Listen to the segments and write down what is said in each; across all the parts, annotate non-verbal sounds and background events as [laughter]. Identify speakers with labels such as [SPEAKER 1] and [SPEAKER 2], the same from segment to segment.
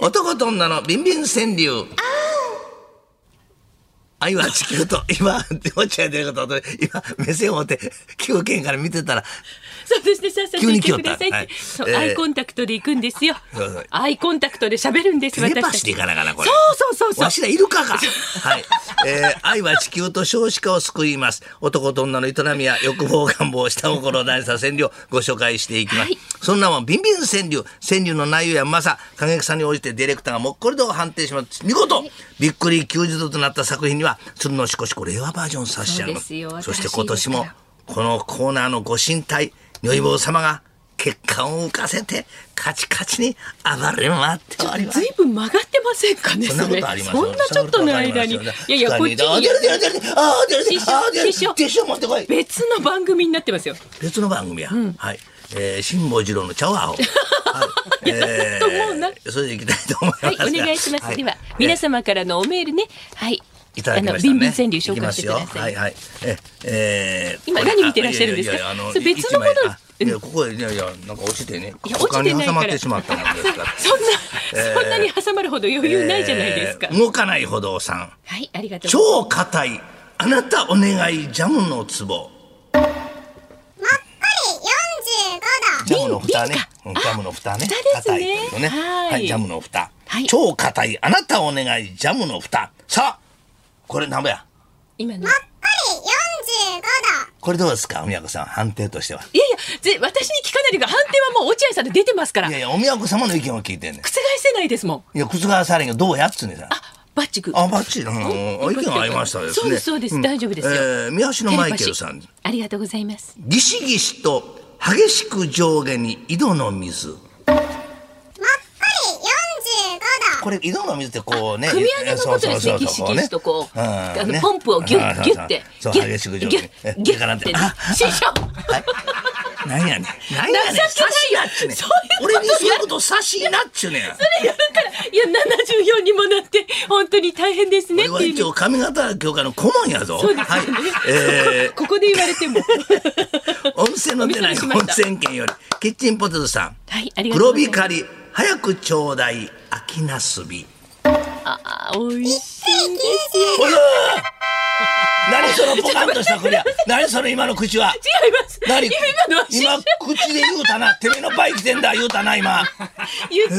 [SPEAKER 1] 男と女のビンビン川柳。愛は地球と、今、 [laughs] 落合やってること、今、目線を持って、休憩から見てたら、
[SPEAKER 2] そうですね、さっさと
[SPEAKER 1] 急
[SPEAKER 2] 行
[SPEAKER 1] に
[SPEAKER 2] っ
[SPEAKER 1] 来
[SPEAKER 2] て
[SPEAKER 1] よっ
[SPEAKER 2] く
[SPEAKER 1] た
[SPEAKER 2] ださいって、
[SPEAKER 1] はい
[SPEAKER 2] そう
[SPEAKER 1] えー
[SPEAKER 2] アイコンタクトで行くんですよ
[SPEAKER 1] そうそう。
[SPEAKER 2] アイコンタクトで喋るんです、
[SPEAKER 1] テレ
[SPEAKER 2] 私
[SPEAKER 1] パ
[SPEAKER 2] た
[SPEAKER 1] シーでい
[SPEAKER 2] ち。
[SPEAKER 1] かなあかんな、これ。
[SPEAKER 2] そうそうそうそう
[SPEAKER 1] わしらいるかが。はい。えー愛は地球と少子化を救います。男と女の営みや欲望、願望、下心、大さ川柳、ご紹介していきま
[SPEAKER 2] は
[SPEAKER 1] す。
[SPEAKER 2] い
[SPEAKER 1] そんなもん、ビンビン川柳、川柳の内容やまさ、影さに応じてディレクターがもっこりと判定します。見事、びっくり90度となった作品には、鶴のしこしこ令和バージョン差し上げま
[SPEAKER 2] そうですよ
[SPEAKER 1] そして今年
[SPEAKER 2] 新しい
[SPEAKER 1] も
[SPEAKER 2] ですか、
[SPEAKER 1] このコーナーのご神体、如意棒様が、血管を浮かせて、カチカチに暴れ回っております
[SPEAKER 2] ず。いぶん曲がってませんかね、
[SPEAKER 1] そんな
[SPEAKER 2] そ
[SPEAKER 1] こ
[SPEAKER 2] れ。
[SPEAKER 1] とあります
[SPEAKER 2] そんなちょっとの間に。いやいや、こっち
[SPEAKER 1] あ、
[SPEAKER 2] に
[SPEAKER 1] 出る出る出るあ、出る出るあ、出る
[SPEAKER 2] 師匠
[SPEAKER 1] ティッシュ持ってこい
[SPEAKER 2] 別の番組になってますよ。
[SPEAKER 1] 別の番組や。はい。えー、辛坊治郎の茶碗を。はい。え
[SPEAKER 2] と思うな
[SPEAKER 1] ーそれでいきたいと思い
[SPEAKER 2] は
[SPEAKER 1] ま
[SPEAKER 2] い、
[SPEAKER 1] す
[SPEAKER 2] お
[SPEAKER 1] が。
[SPEAKER 2] 願いします。では、皆様からのおメールね。はい。
[SPEAKER 1] いただき
[SPEAKER 2] あ
[SPEAKER 1] ま
[SPEAKER 2] の、
[SPEAKER 1] したね。
[SPEAKER 2] ビンビン川柳紹介してく
[SPEAKER 1] い
[SPEAKER 2] だ
[SPEAKER 1] きますよ
[SPEAKER 2] さ
[SPEAKER 1] はい
[SPEAKER 2] い。
[SPEAKER 1] はい。え、えー
[SPEAKER 2] 今何見てらっしゃるんですか
[SPEAKER 1] いやいやいやあの
[SPEAKER 2] それ別のもの
[SPEAKER 1] い一枚あいや、ここ、いやいや、なんか落ちてね。
[SPEAKER 2] いや落ちて
[SPEAKER 1] 股間
[SPEAKER 2] な
[SPEAKER 1] に
[SPEAKER 2] い
[SPEAKER 1] 挟
[SPEAKER 2] か
[SPEAKER 1] ま
[SPEAKER 2] ら
[SPEAKER 1] ってしまったもんですから。
[SPEAKER 2] そんな、そんなに挟まるほど余裕ないじゃないですか
[SPEAKER 1] えー。動かない歩道さん。
[SPEAKER 2] はい、ありがとうござい
[SPEAKER 1] 超硬いあなたお願いジャムのツボジャムの蓋ねうんジャムの蓋ね
[SPEAKER 2] 蓋
[SPEAKER 1] 硬
[SPEAKER 2] ですね
[SPEAKER 1] いというね
[SPEAKER 2] はい
[SPEAKER 1] はいジャムの蓋
[SPEAKER 2] はい
[SPEAKER 1] 超硬いあなたお願いジャムの蓋さあこれなんぼや
[SPEAKER 2] ます。今の。
[SPEAKER 1] これどうですかおみやこさん判定としてはい
[SPEAKER 2] やいや、ぜ私に聞かないでください判定はもう落合さんで出てますから。
[SPEAKER 1] い
[SPEAKER 2] 覆
[SPEAKER 1] やいやおみやこ様の意見を聞いてんねん
[SPEAKER 2] せないですもん。
[SPEAKER 1] いや覆されんけどどうやっつうねんさ
[SPEAKER 2] あ、バッチグ。
[SPEAKER 1] あバッチリな
[SPEAKER 2] うん
[SPEAKER 1] 意見が合いましたですね
[SPEAKER 2] そうですそうです
[SPEAKER 1] ん
[SPEAKER 2] 大丈夫ですよ
[SPEAKER 1] えー宮代マイケルさ
[SPEAKER 2] テ
[SPEAKER 1] ん
[SPEAKER 2] レパシーありがとうございます。
[SPEAKER 1] ギシギシと激しく上下に井戸の水これ井戸の水ってこうね
[SPEAKER 2] 組み上げのことですね
[SPEAKER 1] そうそうそう
[SPEAKER 2] ギシギシとこう
[SPEAKER 1] ね
[SPEAKER 2] あ
[SPEAKER 1] ん
[SPEAKER 2] のポンプをギュッ
[SPEAKER 1] あそうそう
[SPEAKER 2] ギュッて
[SPEAKER 1] そう
[SPEAKER 2] ギュッ
[SPEAKER 1] 激しく
[SPEAKER 2] ギュ
[SPEAKER 1] 上
[SPEAKER 2] ッ
[SPEAKER 1] 下にえ
[SPEAKER 2] ギュッ
[SPEAKER 1] だからって
[SPEAKER 2] って
[SPEAKER 1] あ
[SPEAKER 2] 師匠
[SPEAKER 1] あなんやねんなんやねん
[SPEAKER 2] 情
[SPEAKER 1] 差しやっちゅうねん
[SPEAKER 2] そういうこと
[SPEAKER 1] 俺にそういうこと差しなっちゅうねん
[SPEAKER 2] いや、だから、いや、74にもなって、本当に大変ですね
[SPEAKER 1] 俺
[SPEAKER 2] っ
[SPEAKER 1] は
[SPEAKER 2] ていう意味
[SPEAKER 1] 一応上方教会の顧問やぞ
[SPEAKER 2] そうです
[SPEAKER 1] は
[SPEAKER 2] よ
[SPEAKER 1] い
[SPEAKER 2] ね。
[SPEAKER 1] えー
[SPEAKER 2] ここで言われても。
[SPEAKER 1] 温泉の出ない
[SPEAKER 2] お見せし
[SPEAKER 1] 温
[SPEAKER 2] ました
[SPEAKER 1] 泉県よりキッチンポテトさん
[SPEAKER 2] [laughs] はい、ありがとうご
[SPEAKER 1] 黒
[SPEAKER 2] ざいます。
[SPEAKER 1] 光り早くちょうだい秋なすび
[SPEAKER 2] あー、美味しいです
[SPEAKER 1] おらー何そのポカンとしたこりゃ何その今の口は
[SPEAKER 2] 違います。
[SPEAKER 1] 何
[SPEAKER 2] 今のは師匠
[SPEAKER 1] 今口で言うたなてめえの倍来てんだ言うたな今
[SPEAKER 2] 言ってませ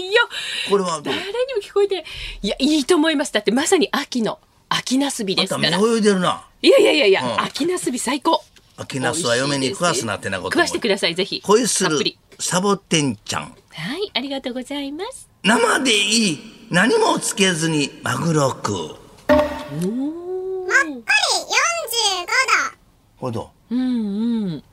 [SPEAKER 2] んよ。
[SPEAKER 1] これはどう
[SPEAKER 2] 誰にも聞こえてない。いや、いいと思います。だってまさに秋の、秋なすびです
[SPEAKER 1] あ
[SPEAKER 2] か
[SPEAKER 1] んた
[SPEAKER 2] ら。
[SPEAKER 1] 目泳いでるない
[SPEAKER 2] やいやいやいや、
[SPEAKER 1] うん
[SPEAKER 2] 秋なすび最高。
[SPEAKER 1] 秋ナスは嫁に食わすなってなこと
[SPEAKER 2] 食わしてください、ぜひ。
[SPEAKER 1] 恋す
[SPEAKER 2] た
[SPEAKER 1] る
[SPEAKER 2] っぷり
[SPEAKER 1] サボテンちゃん
[SPEAKER 2] はい、ありがとうございます。
[SPEAKER 1] 生でいい何もつけずにマグロ食う
[SPEAKER 2] おー
[SPEAKER 1] これど
[SPEAKER 2] うんうん。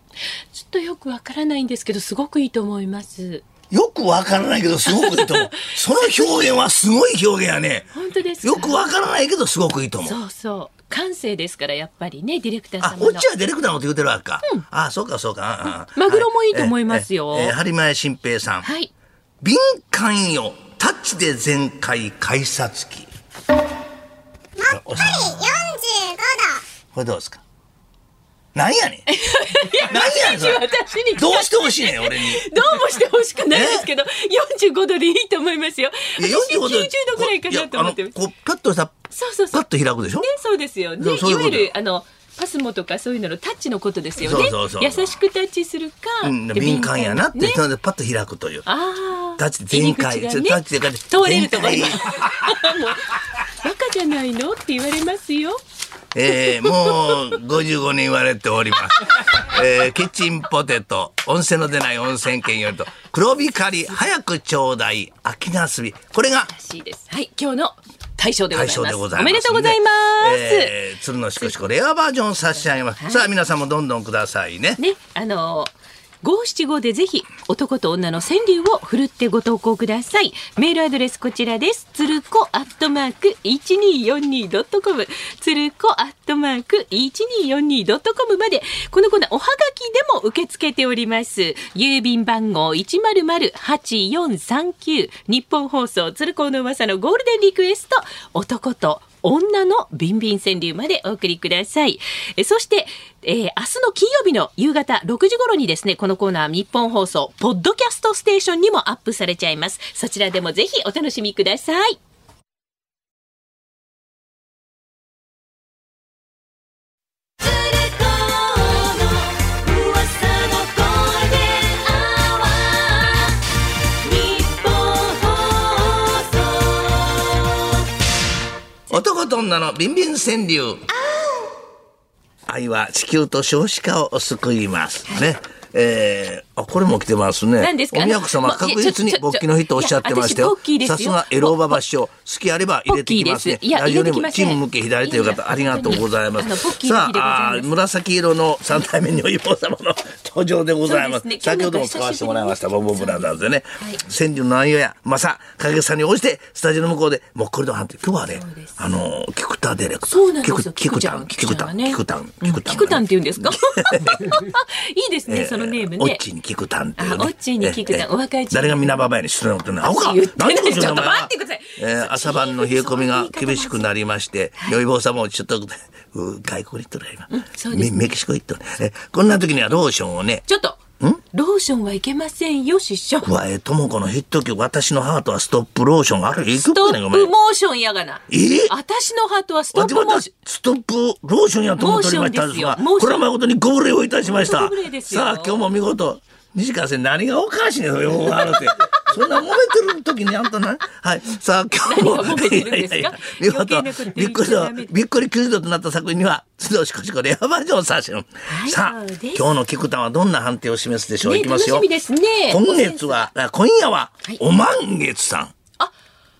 [SPEAKER 2] ちょっとよくわからないんですけど、すごくいいと思います。
[SPEAKER 1] うよくわからないけどすごくいい
[SPEAKER 2] [laughs]
[SPEAKER 1] と思うその表現はすごい表現やね
[SPEAKER 2] 本当ですか
[SPEAKER 1] よくわからないけどすごくいいと思う
[SPEAKER 2] そうそう。感性ですから、やっぱりね、ディレクター
[SPEAKER 1] あ
[SPEAKER 2] 様、の。
[SPEAKER 1] こっちはディレクターのこと言うてるわけか。あ、そうか、そうか。ああ
[SPEAKER 2] マグロもいいと思いますよ
[SPEAKER 1] はいええええ張前新平さん。
[SPEAKER 2] はい。
[SPEAKER 1] 敏感よ、タッチで全開、改札機。おさこれどうですかなんやねん。なんやねん、それ。
[SPEAKER 2] 私に
[SPEAKER 1] どうしてほしいねん、俺に。
[SPEAKER 2] どうもしてほしくないですけど、45度でいいと思いますよ。
[SPEAKER 1] いや
[SPEAKER 2] 私
[SPEAKER 1] 45
[SPEAKER 2] 90度ぐらいかなと思って
[SPEAKER 1] い
[SPEAKER 2] ま
[SPEAKER 1] や
[SPEAKER 2] す。
[SPEAKER 1] あのこう、パッとさ、
[SPEAKER 2] そうそうそ
[SPEAKER 1] パ
[SPEAKER 2] う。
[SPEAKER 1] ッと開くでしょ
[SPEAKER 2] ね、そうですよね。
[SPEAKER 1] そうそうい
[SPEAKER 2] いうわ
[SPEAKER 1] こと
[SPEAKER 2] ゆ
[SPEAKER 1] よ
[SPEAKER 2] るあのパスモとかそういうののタッチのことですよね。
[SPEAKER 1] そうそうそう
[SPEAKER 2] 優しくタッチするか、
[SPEAKER 1] うん
[SPEAKER 2] で
[SPEAKER 1] 敏感やなって、
[SPEAKER 2] ね
[SPEAKER 1] それでパッと開くという。
[SPEAKER 2] ああ、
[SPEAKER 1] タッチ全開、
[SPEAKER 2] 入り口が
[SPEAKER 1] ちょ
[SPEAKER 2] ね
[SPEAKER 1] タッチ全開で
[SPEAKER 2] 通れると [laughs] 思います。
[SPEAKER 1] 全開
[SPEAKER 2] もうバカじゃないのって言われますよ。
[SPEAKER 1] えー、もう55年言われております。えー、キッチンポテト、温泉の出ない温泉県よりと、黒光り、早くちょうだい、秋なすび。これが
[SPEAKER 2] らしいです。はい、今日の大賞でございま
[SPEAKER 1] 対
[SPEAKER 2] す。
[SPEAKER 1] 象でございます。
[SPEAKER 2] おめでとうございます。
[SPEAKER 1] えー、鶴のしこしこレアバージョン差し上げます。さあ、皆さんもどんどんくださいね。
[SPEAKER 2] ね、あの五七五でぜひ男と女の川柳をふるってご投稿ください。メールアドレスこちらです。つるこアットマーク一二四二ドットコム、つるこアットマーク一二四二ドットコムまでこのコーナーおはがきでも受け付けております。郵便番号一0 0 8 4 3 9日本放送鶴光の噂のゴールデンリクエスト男と女のビンビン川柳までお送りください。えそして、えー、明日の金曜日の夕方6時頃にですね、このコーナー日本放送、ポッドキャストステーションにもアップされちゃいます。そちらでもぜひお楽しみください。
[SPEAKER 1] 男と女のビンビン川柳愛は地球と少子化を救いますね、えー、あこれも来てますね。
[SPEAKER 2] 何ですか。
[SPEAKER 1] お宮様確実に勃起の日とおっしゃってましたよ。さすがエローババ師匠、好きあれば入れてきますね。
[SPEAKER 2] いや
[SPEAKER 1] ラジオに
[SPEAKER 2] も
[SPEAKER 1] チーム向け左という方ありがとうございます。さああ紫色の三代目にお坊様の登場でございます。
[SPEAKER 2] ね、
[SPEAKER 1] 先ほども使わせてもらいましたボンボンブラザーズでね。川柳の内容やまさ影さんに応じてスタジオの向こうでもっこりと判定。今日はねあの菊田ディレクター。
[SPEAKER 2] そうなんですよ。
[SPEAKER 1] 菊田菊田菊田
[SPEAKER 2] 菊田って言うんですか。いいですねそのネームね。
[SPEAKER 1] オッチに聞くたんっていうね。
[SPEAKER 2] オッチに聞くたん、お若い
[SPEAKER 1] 誰が皆ばばやに失礼なことない。アホか
[SPEAKER 2] 言ってないちょっと待ってください。
[SPEAKER 1] えー、朝晩の冷え込みが厳しくなりまして、良い坊様もちょっと、外国に行っとる今、メ。メキシコ行っとる。えこんな時にはローションをね。
[SPEAKER 2] ちょっとローションはいけませんよ、師匠。
[SPEAKER 1] うわ、え、ともこのヒット曲、私のハートはストップローション。あれ、
[SPEAKER 2] ストップモーションやがな。
[SPEAKER 1] えー、
[SPEAKER 2] 私のハートはストップモーション。
[SPEAKER 1] ストップローションやと思っておりましたですが、これは誠にご無礼をいたしました。さあ、今日も見事、西川先生、何がおかしいのよ、ある [laughs] って。そんな揉めてる時にあんたな、はい。さあ、今日も、
[SPEAKER 2] いやいやいや、
[SPEAKER 1] 見事、びっくりと、びっくり90度となった作品には、須藤しこしこレアバージョンを差しの。さあ、今日の菊田はどんな判定を示すでしょう、いきますよ。今月は、今夜は、お満月さん。
[SPEAKER 2] あ、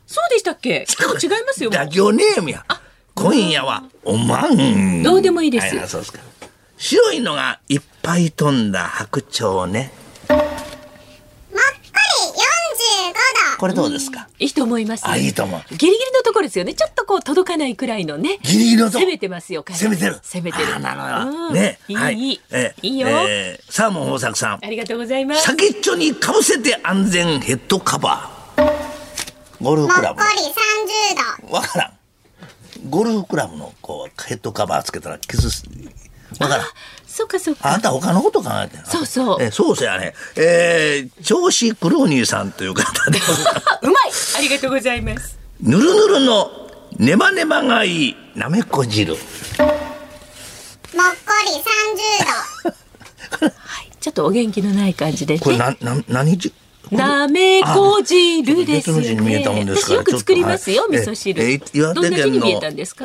[SPEAKER 2] そうでしたっけ違いますよ。
[SPEAKER 1] ラジオネームや。今夜は、お満
[SPEAKER 2] どうでもいいですよ。
[SPEAKER 1] そうですか。白いのがいっぱい飛んだ白鳥ね。これどうですか、
[SPEAKER 2] いいと思います、
[SPEAKER 1] あ、いいと思う。
[SPEAKER 2] ギリギリのところですよね。ちょっとこう届かないくらいのね。
[SPEAKER 1] ギリギリの
[SPEAKER 2] 攻めてますよ、
[SPEAKER 1] 攻めてる。
[SPEAKER 2] 攻めてる。
[SPEAKER 1] なるほど。ね。
[SPEAKER 2] はい。いい、
[SPEAKER 1] え
[SPEAKER 2] いいよ、
[SPEAKER 1] えー。サーモン豊作さん。
[SPEAKER 2] ありがとうございます。
[SPEAKER 1] 先っちょにかぶせて安全ヘッドカバー。ゴルフクラブ。
[SPEAKER 3] もっこり
[SPEAKER 1] 30度。わからん。ゴルフクラブのこうヘッドカバーつけたら傷す。わからん。
[SPEAKER 2] そうかそう
[SPEAKER 1] あんた他のこと考えて
[SPEAKER 2] そうそう。
[SPEAKER 1] えそうせやね。えー、調子クローニーさんという方
[SPEAKER 2] [laughs]
[SPEAKER 1] で。
[SPEAKER 2] うまいありがとうございます。
[SPEAKER 1] ぬるぬるのネバネバがいいなめこ汁。もっ
[SPEAKER 3] こり
[SPEAKER 2] 30度。はい、ちょっとお元気のない感じで、ね、
[SPEAKER 1] これな、な、何時
[SPEAKER 2] なめこ汁ですよ、
[SPEAKER 1] ね。
[SPEAKER 2] 私よく作りますよ、味噌汁。
[SPEAKER 1] え、岩手県の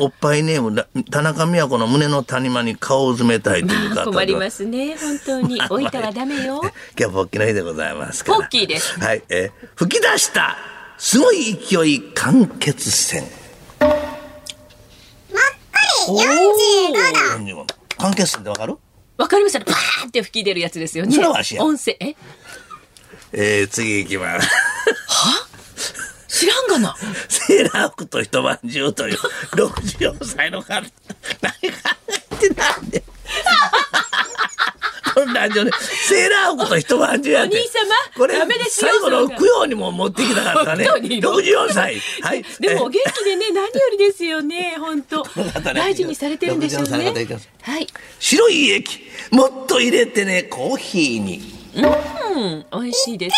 [SPEAKER 1] おっぱいネーム、田中美和子の胸の谷間に顔を冷たいという方、まあ、
[SPEAKER 2] 困りますね、本当
[SPEAKER 1] [laughs]
[SPEAKER 2] に。置いたらダメよ。
[SPEAKER 1] 今日、ポッキーの日でございます
[SPEAKER 2] ポッキーです。
[SPEAKER 1] はい、え吹き出した、すごい勢い、完結戦。
[SPEAKER 3] もっこり45
[SPEAKER 1] 度。完結戦ってわかる
[SPEAKER 2] わかりました。パーって吹き出るやつですよね。
[SPEAKER 1] それはしや。
[SPEAKER 2] 音声、え
[SPEAKER 1] えー、次行きます。 [laughs]
[SPEAKER 2] は知らんがな。
[SPEAKER 1] セーラー服と一晩中という、64歳の方、何考えてなんで。 [laughs] このラジオで、セーラー服と一晩中や
[SPEAKER 2] お兄様、
[SPEAKER 1] これ、最後の供養にも持ってきたかったね。64歳。はい。
[SPEAKER 2] でも、お元気
[SPEAKER 1] [laughs]
[SPEAKER 2] でね、何よりですよね、本当大事にされてるんでしょうね。はい。
[SPEAKER 1] 白い液、もっと入れてね、コーヒーに。
[SPEAKER 2] うん、美味しいです。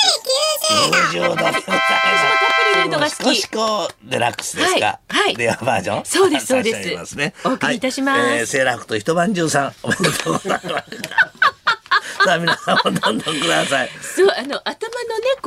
[SPEAKER 3] 九十度。
[SPEAKER 1] 度でございます。私
[SPEAKER 2] ぷ
[SPEAKER 1] もたっ
[SPEAKER 2] り入れるのが好き。
[SPEAKER 1] 少デラックスですか。
[SPEAKER 2] はい。
[SPEAKER 1] レアバージョン。
[SPEAKER 2] そうですそうです。お送りいたします。
[SPEAKER 1] セーラー服と一晩中さんおめでとうございます。 [laughs] さあ皆さんもどんどんください。
[SPEAKER 2] そうあの頭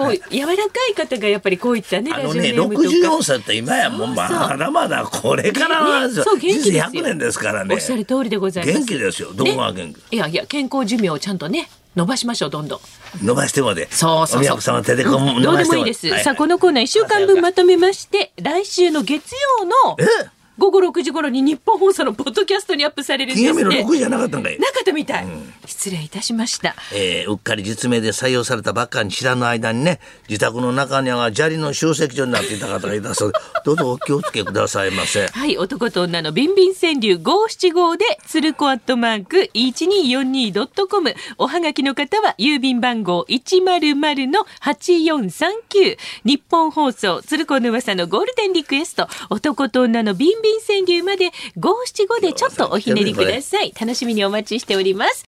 [SPEAKER 2] のねこう柔らかい方がやっぱりこういったね
[SPEAKER 1] あのね六十四歳って今やもうまだまだこれからは
[SPEAKER 2] そう元気
[SPEAKER 1] 百年ですからね。
[SPEAKER 2] おっしゃる通りでございます。
[SPEAKER 1] 元気ですよ。どこが元
[SPEAKER 2] 気。いやいや健康寿命をちゃんとね。伸ばしましょうどんどん
[SPEAKER 1] 伸ばしてまで
[SPEAKER 2] そうそう、
[SPEAKER 1] そう様手でこう、うん
[SPEAKER 2] どうでもいいです、さあこのコーナー1週間分まとめまして来週の月曜の午後6時頃に日本放送のポッドキャストにアップされるんです、ね、
[SPEAKER 1] 金曜日の6時じゃなかったんかい
[SPEAKER 2] なかったみたい、うん、失礼いたしました、
[SPEAKER 1] えー、うっかり実名で採用されたばっかに知らぬ間にね自宅の中には砂利の集積所になっていた方がいたそうでどうぞお気をつけくださいませ
[SPEAKER 2] はい男と女のビンビン川柳575で鶴子アットマーク 1242.com おはがきの方は郵便番号100の8439日本放送鶴子の噂のゴールデンリクエスト男と女のビンビン便川柳まで575でちょっとおひねりください。楽しみにお待ちしております。